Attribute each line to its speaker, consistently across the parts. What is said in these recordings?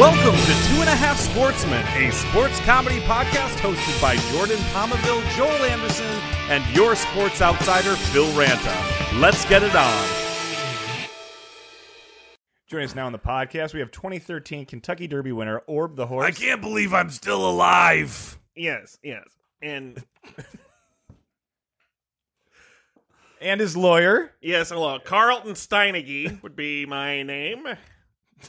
Speaker 1: Welcome to Two and a Half Sportsmen, a sports comedy podcast hosted by Jordan Palmaville, Joel Anderson, and your sports outsider, Phil Ranta. Let's get it on.
Speaker 2: Joining us now on the podcast, we have 2013 Kentucky Derby winner Orb the Horse.
Speaker 3: I can't believe I'm still alive.
Speaker 2: Yes, yes, and and his lawyer.
Speaker 4: Yes, hello. Carlton Steinige would be my name.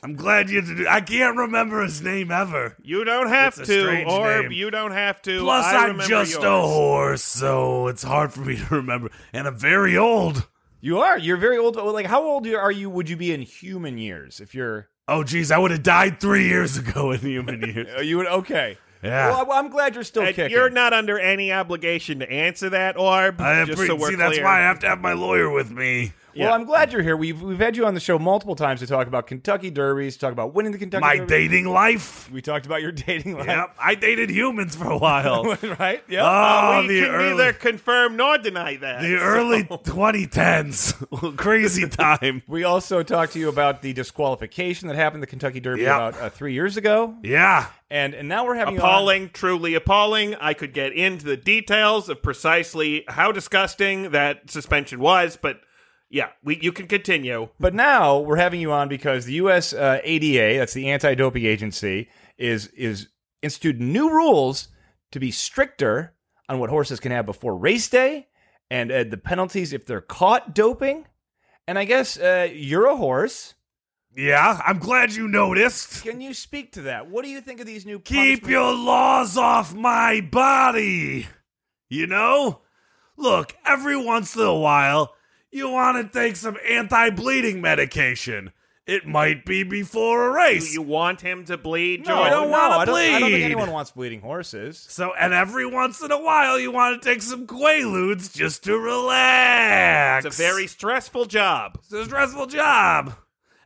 Speaker 3: I'm glad you introduced. I can't remember his name ever.
Speaker 4: You don't have
Speaker 3: That's a
Speaker 4: to,
Speaker 3: strange
Speaker 4: Orb.
Speaker 3: name.
Speaker 4: You don't have to.
Speaker 3: Plus,
Speaker 4: I
Speaker 3: I'm
Speaker 4: remember
Speaker 3: just
Speaker 4: yours.
Speaker 3: a horse, so it's hard for me to remember. And I'm very old.
Speaker 2: You are. You're very old. Like, how old are you? Would you be in human years if you're?
Speaker 3: Oh, geez, I would have died three years ago in human years.
Speaker 2: Uh, You would okay.
Speaker 3: Yeah.
Speaker 2: Well, I- I'm glad you're still
Speaker 4: And
Speaker 2: kicking.
Speaker 4: You're not under any obligation to answer that, Orb.
Speaker 3: I
Speaker 4: just
Speaker 3: appreciate.
Speaker 4: so we're
Speaker 3: see, that's
Speaker 4: clear.
Speaker 3: why I have to have my lawyer with me.
Speaker 2: Well, I'm glad you're here. We've we've had you on the show multiple times to talk about Kentucky Derbies, to talk about winning the Kentucky.
Speaker 3: My
Speaker 2: Derby.
Speaker 3: dating life.
Speaker 2: We talked about your dating life,
Speaker 3: Yep, I dated humans for a while.
Speaker 2: right? Yep.
Speaker 3: Oh,
Speaker 4: we
Speaker 3: the
Speaker 4: can
Speaker 3: early,
Speaker 4: neither confirm nor deny that.
Speaker 3: the early 2010s, crazy time.
Speaker 2: We also talked to you about the disqualification that happened at the Kentucky Derby
Speaker 3: Yeah.
Speaker 2: about uh, three years ago,
Speaker 3: Yeah,
Speaker 2: and and now we're having you on-
Speaker 4: appalling, truly appalling. I could get into the details of precisely how disgusting that suspension was, but yeah, we, you can continue.
Speaker 2: But now we're having you on because the U.S. Uh, ADA, that's the anti-doping agency, is is instituting new rules to be stricter on what horses can have before race day and uh, the penalties if they're caught doping. And I guess uh, you're a horse.
Speaker 3: yeah. I'm glad you noticed.
Speaker 2: Can you speak to that? What do you think of these new?
Speaker 3: Keep
Speaker 2: punishments?
Speaker 3: your laws off my body. You know? Look, every once in a while, you want to take some anti bleeding medication. It might be before a
Speaker 4: Do
Speaker 3: race.
Speaker 4: you want him to bleed,
Speaker 2: No,
Speaker 4: Jordan?
Speaker 2: I don't
Speaker 3: No,
Speaker 2: want
Speaker 3: I
Speaker 2: I don't, I don't think
Speaker 3: bleed.
Speaker 2: anyone wants bleeding horses.
Speaker 3: So, and every once in a while, you want to take some Quaaludes just to relax.
Speaker 4: It's a very stressful job.
Speaker 3: It's a stressful job.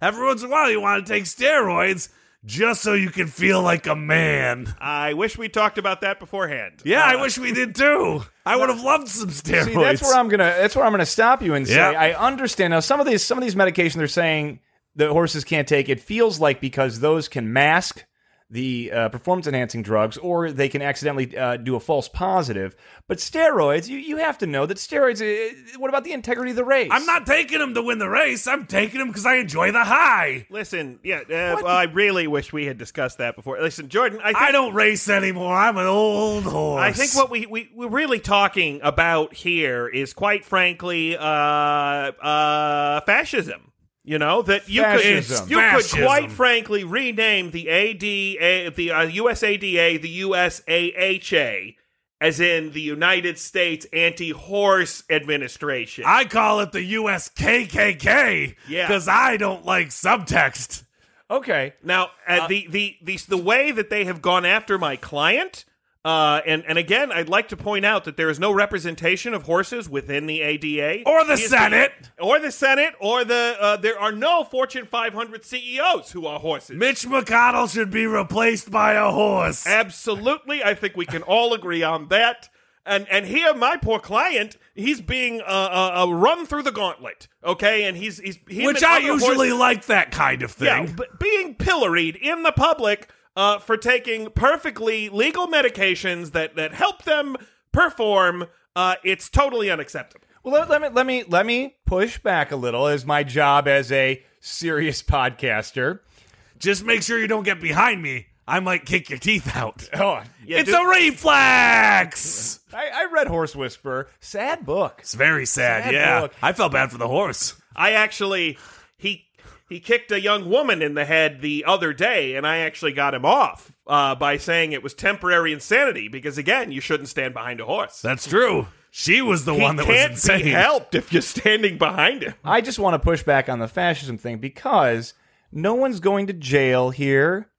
Speaker 3: Every once in a while, you want to take steroids just so you can feel like a man.
Speaker 4: I wish we talked about that beforehand.
Speaker 3: Yeah, I wish we did too.
Speaker 4: uh,
Speaker 3: I would have loved some steroids.
Speaker 2: See, that's where I'm gonna. That's where I'm gonna stop you and say
Speaker 3: Yeah.
Speaker 2: I understand now. Some of these, some of these medication they're saying the horses can't take. It feels like because those can mask the uh, performance enhancing drugs, or they can accidentally uh, do a false positive. But steroids, you you have to know that steroids. Uh, what about the integrity of the race?
Speaker 3: I'm not taking him to win the race. I'm taking him because I enjoy the high.
Speaker 4: Listen, yeah, uh, well, I really wish we had discussed that before. Listen, Jordan, I think,
Speaker 3: I don't race anymore. I'm an old horse.
Speaker 4: I think what we, we we're really talking about here is quite frankly uh, uh, fascism. You know that you
Speaker 2: Fascism.
Speaker 4: could you
Speaker 3: Fascism.
Speaker 4: could quite frankly rename the ADA, the uh, USADA, the USAHA, as in the United States Anti-Horse Administration.
Speaker 3: I call it the USKKK.
Speaker 4: Yeah.
Speaker 3: because I don't like subtext.
Speaker 2: okay.
Speaker 4: Now, uh, the, the the the way that they have gone after my client, uh, and and again, I'd like to point out that there is no representation of horses within the ADA
Speaker 3: Or the
Speaker 4: He is
Speaker 3: Senate.
Speaker 4: or the Senate, or the uh, there are no Fortune 500 CEOs E who are horses.
Speaker 3: Mitch McConnell should be replaced by a horse.
Speaker 4: Absolutely, I think we can all agree on that. And and here, my poor client, he's being uh, uh, uh, run through the gauntlet, okay? And he's he's him
Speaker 3: Which
Speaker 4: and
Speaker 3: I
Speaker 4: other horses-
Speaker 3: usually like that kind of thing.
Speaker 4: Yeah, but being pilloried in the public uh, for taking perfectly legal medications that that help them perform, uh, it's totally unacceptable.
Speaker 2: Well, let, let me let me let me push back a little as my job as a serious podcaster.
Speaker 3: Just make sure you don't get behind me. I might kick your teeth out.
Speaker 2: Oh,
Speaker 3: it's a reflex.
Speaker 2: I, I read Horse Whisperer. Sad book.
Speaker 3: It's very sad.
Speaker 2: Sad
Speaker 3: yeah,
Speaker 2: book.
Speaker 3: I felt bad for the horse.
Speaker 4: I actually he he kicked a young woman in the head the other day, and I actually got him off uh, by saying it was temporary insanity because again, you shouldn't stand behind a horse.
Speaker 3: That's true. She was the
Speaker 4: he
Speaker 3: one that was
Speaker 4: can't
Speaker 3: insane.
Speaker 4: be helped if you're standing behind him.
Speaker 2: I just want to push back on the fascism thing because no one's going to jail here.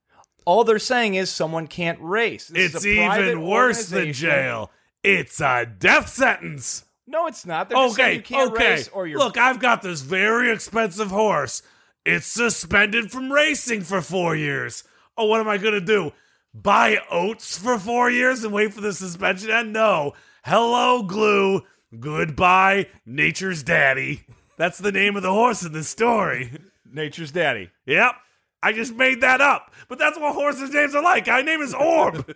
Speaker 2: All they're saying is someone can't race. This is
Speaker 3: It's
Speaker 2: a private
Speaker 3: even worse than
Speaker 2: organization.
Speaker 3: jail. It's a death sentence.
Speaker 2: No, it's not. They're just saying
Speaker 3: Okay,
Speaker 2: you can't
Speaker 3: okay.
Speaker 2: race or you're
Speaker 3: Look, I've got this very expensive horse. It's suspended from racing for four years. Oh, what am I gonna do? Buy oats for four years and wait for the suspension? And no. Hello, glue. Goodbye, nature's daddy. That's the name of the horse in this story.
Speaker 2: nature's daddy.
Speaker 3: Yep. I just made that up. But that's what horses' names are like. My name is Orb.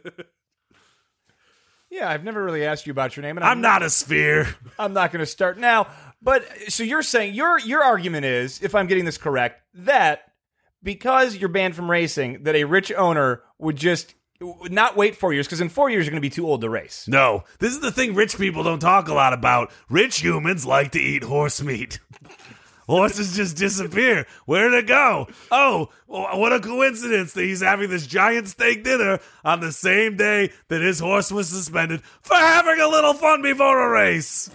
Speaker 2: Yeah, I've never really asked you about your name, and
Speaker 3: I'm not a sphere.
Speaker 2: I'm not going to start now. But so you're saying your your argument is, if I'm getting this correct, that because you're banned from racing, that a rich owner would just would not wait four years because in four years you're going to be too old to race.
Speaker 3: No, this is the thing rich people don't talk a lot about. Rich humans like to eat horse meat. Horses just disappear. Where'd it go? Oh, wh- what a coincidence that he's having this giant steak dinner on the same day that his horse was suspended for having a little fun before a race.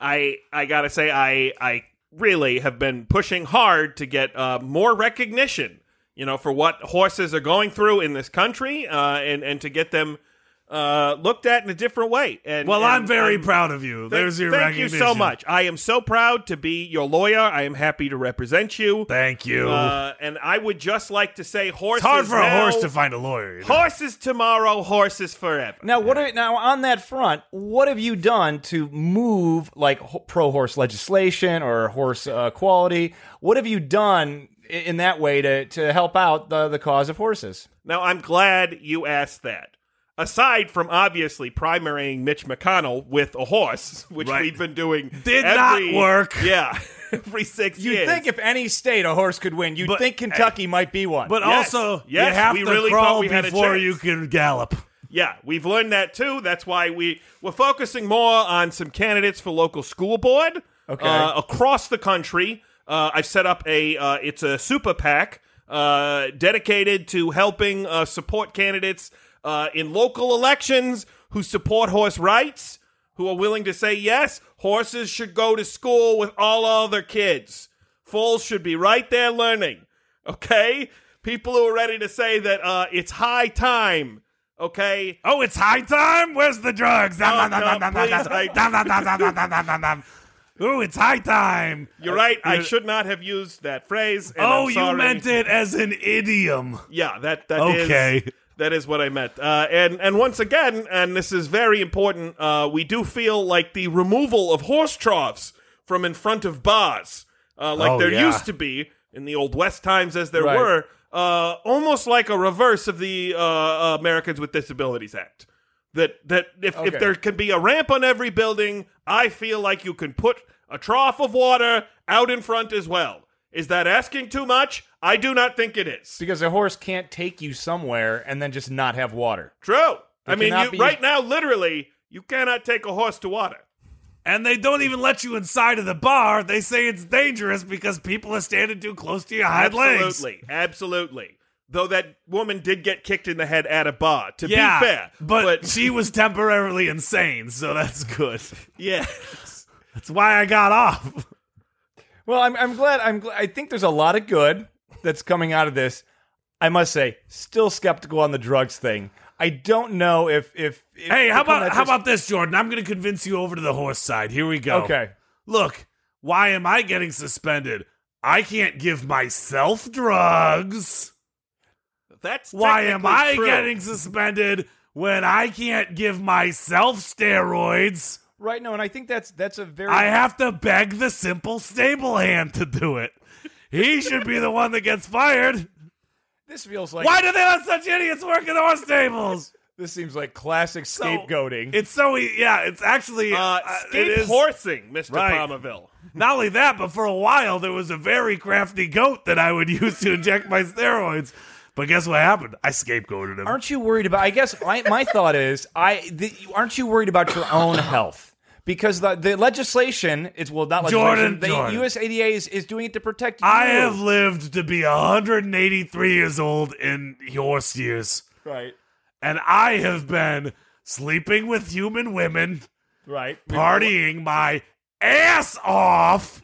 Speaker 4: I I gotta say I I really have been pushing hard to get uh, more recognition, you know, for what horses are going through in this country, uh, and and to get them uh, looked at in a different way. And
Speaker 3: Well,
Speaker 4: and
Speaker 3: I'm very proud of you.
Speaker 4: thank-
Speaker 3: There's your
Speaker 4: thank you
Speaker 3: recognition.
Speaker 4: so much. I am so proud to be your lawyer. I am happy to represent you.
Speaker 3: Thank you.
Speaker 4: Uh, and I would just like to say, horses.
Speaker 3: it's hard for
Speaker 4: now,
Speaker 3: a horse to find a lawyer. you know?
Speaker 4: horses tomorrow, horses forever.
Speaker 2: Now, what are, now on that front? What have you done to move like pro horse legislation or horse uh, quality? What have you done i- in that way to to help out the the cause of horses?
Speaker 4: Now, I'm glad you asked that. Aside from obviously primarying Mitch McConnell with a horse, which
Speaker 3: Right.
Speaker 4: we've been doing,
Speaker 3: Did
Speaker 4: every-
Speaker 3: not work.
Speaker 4: Yeah, every six
Speaker 2: You'd
Speaker 4: years.
Speaker 2: think if any state a horse could win, you'd
Speaker 3: But-
Speaker 2: think Kentucky might be one.
Speaker 3: But
Speaker 4: Yes,
Speaker 3: also,
Speaker 4: yes,
Speaker 3: you have
Speaker 4: we
Speaker 3: to
Speaker 4: really thought
Speaker 3: crawl
Speaker 4: we had a
Speaker 3: before
Speaker 4: chance.
Speaker 3: you can gallop.
Speaker 4: yeah, we've learned that too. That's why we we're focusing more on some candidates for local school board
Speaker 2: Okay.
Speaker 4: uh, across the country. Uh, I've set up a uh, it's a super PAC uh, dedicated to helping uh, support candidates uh, in local elections who support horse rights, who are willing to say yes, horses should go to school with all other kids. Foals should be right there learning. Okay, people who are ready to say that uh, it's high time. Okay,
Speaker 3: Oh, it's high time? Where's the drugs? Nom,
Speaker 4: Oh,
Speaker 3: nom,
Speaker 4: no,
Speaker 3: nom, nom, nom,
Speaker 4: please,
Speaker 3: nom,
Speaker 4: I-
Speaker 3: nom, nom, nom, nom, nom, nom, nom, nom, nom. Ooh, it's high time.
Speaker 4: You're right. I
Speaker 3: Uh, You're-
Speaker 4: should not have used that phrase. and
Speaker 3: Oh,
Speaker 4: I'm
Speaker 3: you
Speaker 4: sorry.
Speaker 3: meant it as an idiom.
Speaker 4: Yeah, that that is-
Speaker 3: Okay.
Speaker 4: that is what I meant. Uh, and and once again, and this is very important. Uh, we do feel like the removal of horse troughs from in front of bars, uh, like
Speaker 3: Oh,
Speaker 4: there
Speaker 3: yeah.
Speaker 4: used to be in the old West times, as there
Speaker 2: Right.
Speaker 4: were, uh, almost like a reverse of the uh, uh, Americans with Disabilities Act. That that if,
Speaker 2: Okay.
Speaker 4: if there can be a ramp on every building, I feel like you can put a trough of water out in front as well. Is that asking too much? I do not think it is.
Speaker 2: because a horse can't take you somewhere and then just not have water.
Speaker 4: True. I mean, you,
Speaker 2: cannot be-
Speaker 4: right now, literally, you cannot take a horse to water.
Speaker 3: And they don't even let you inside of the bar. They say it's dangerous because people are standing too close to your hind legs.
Speaker 4: absolutely, absolutely. Though that woman did get kicked in the head at a bar. To
Speaker 3: Yeah,
Speaker 4: be fair,
Speaker 3: but, she was temporarily insane, so that's good.
Speaker 4: yeah,
Speaker 3: That's why I got off.
Speaker 2: Well, I'm, I'm glad. I'm. Gl- I think there's a lot of good that's coming out of this. I must say, still skeptical on the drugs thing. I don't know if if. if
Speaker 3: Hey, how
Speaker 2: if I'm
Speaker 3: about
Speaker 2: not
Speaker 3: how
Speaker 2: just-
Speaker 3: about this, Jordan? I'm going to convince you over to the horse side. Here we go.
Speaker 2: Okay.
Speaker 3: Look, why am I getting suspended? I can't give myself drugs.
Speaker 4: that's
Speaker 3: Why am
Speaker 4: technically
Speaker 3: I
Speaker 4: true.
Speaker 3: getting suspended when I can't give myself steroids?
Speaker 2: Right. No, and I think that's that's a very.
Speaker 3: I have to beg the simple stable hand to do it. He should be the one that gets fired.
Speaker 2: this feels like.
Speaker 3: Why do they let such idiots work in horse stables?
Speaker 2: This seems like classic scapegoating.
Speaker 3: It's so e- yeah. It's actually
Speaker 4: uh,
Speaker 3: it
Speaker 4: scape
Speaker 3: is-
Speaker 4: horsing, Mister
Speaker 3: Right.
Speaker 4: Palmerville?
Speaker 3: Not only that, but for a while there was a very crafty goat that I would use to inject my steroids. But guess what happened? I scapegoated him.
Speaker 2: aren't you worried about? I guess my, my thought is, I the, aren't you worried about your own health? Because the, the legislation, it's well not legislation.
Speaker 3: Jordan,
Speaker 2: the
Speaker 3: Jordan.
Speaker 2: US ADA is, is doing it to protect you.
Speaker 3: I have lived to be 183 years old in horse years,
Speaker 2: right,
Speaker 3: and I have been sleeping with human women,
Speaker 2: right.
Speaker 3: partying my ass off,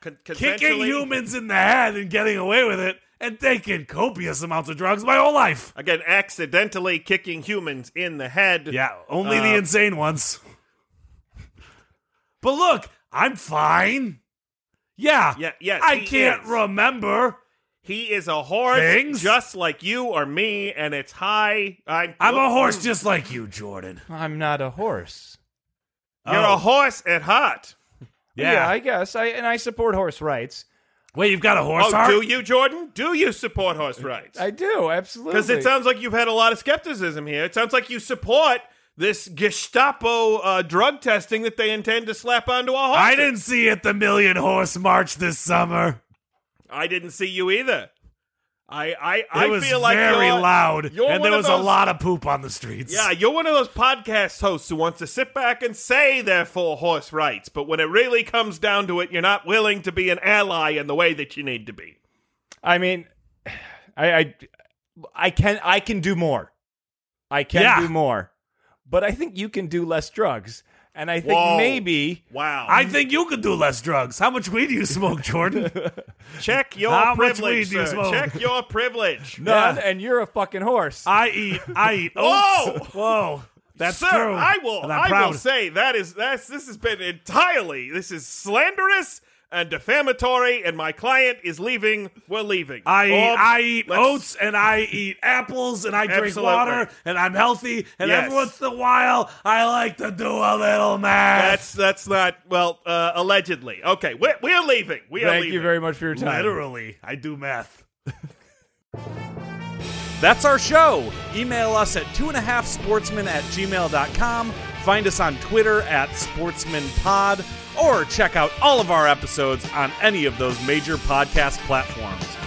Speaker 4: Con-
Speaker 3: kicking
Speaker 4: consensually-
Speaker 3: humans in the head and getting away with it, and taking copious amounts of drugs my whole life.
Speaker 4: again, accidentally kicking humans in the head.
Speaker 3: Yeah, only
Speaker 4: Uh,
Speaker 3: the insane ones. But look, I'm fine. Yeah.
Speaker 4: Yeah, yes,
Speaker 3: I
Speaker 4: he
Speaker 3: can't
Speaker 4: is.
Speaker 3: remember.
Speaker 4: he is a horse,
Speaker 3: Things?
Speaker 4: just like you or me, and it's high. Mm. I,
Speaker 3: I'm a horse just like you, Jordan.
Speaker 2: I'm not a horse.
Speaker 4: You're
Speaker 3: Oh.
Speaker 4: a horse at heart.
Speaker 2: Yeah, I guess. I and I support horse rights.
Speaker 3: Wait, you've got a horse
Speaker 4: Oh,
Speaker 3: heart?
Speaker 4: do you, Jordan? Do you support horse rights?
Speaker 2: I do absolutely
Speaker 4: Because it sounds like you've had a lot of skepticism here. It sounds like you support this Gestapo uh, drug testing that they intend to slap onto our horses.
Speaker 3: I didn't see it the Million Horse March this summer.
Speaker 4: I didn't see you either. I I,
Speaker 3: It
Speaker 4: I
Speaker 3: was
Speaker 4: feel like
Speaker 3: very
Speaker 4: you're,
Speaker 3: loud,
Speaker 4: you're
Speaker 3: and there
Speaker 4: one of
Speaker 3: was a
Speaker 4: those-
Speaker 3: lot of poop on the streets.
Speaker 4: Yeah, you're one of those podcast hosts who wants to sit back and say they're for horse rights, but when it really comes down to it, you're not willing to be an ally in the way that you need to be.
Speaker 2: I mean, I, I, I can I can do more. I can
Speaker 3: Yeah.
Speaker 2: do more, but I think you can do less drugs, and I think
Speaker 4: Whoa.
Speaker 2: maybe
Speaker 4: Wow.
Speaker 3: I think you could do less drugs. How much weed do you smoke, Jordan?
Speaker 4: Check your
Speaker 3: How much
Speaker 4: privilege,
Speaker 3: weed do you
Speaker 4: sir.
Speaker 3: smoke?
Speaker 4: Check your privilege.
Speaker 2: none.
Speaker 3: Yeah.
Speaker 2: And you're a fucking horse.
Speaker 3: I eat. I eat.
Speaker 4: Whoa!
Speaker 3: oats. whoa! That's
Speaker 4: Sir,
Speaker 3: true.
Speaker 4: I will.
Speaker 3: And I'm
Speaker 4: I
Speaker 3: proud.
Speaker 4: will say that is that's this has been entirely this is slanderous and defamatory, and my client is leaving. We're leaving.
Speaker 3: I eat,
Speaker 4: Or-
Speaker 3: I eat
Speaker 4: Oh, let's-
Speaker 3: oats and I eat apples and I drink
Speaker 4: Absolutely.
Speaker 3: water and I'm healthy and
Speaker 4: Yes.
Speaker 3: every once in a while I like to do a little math.
Speaker 4: That's that's not well. Uh, allegedly, okay. We're, we're leaving. We are
Speaker 2: Thank
Speaker 4: leaving.
Speaker 2: you very much for your time.
Speaker 3: literally I do math.
Speaker 1: That's our show. Email us at two and a half sportsmen at gmail.com. Find us on Twitter at sportsmanpod or check out all of our episodes on any of those major podcast platforms.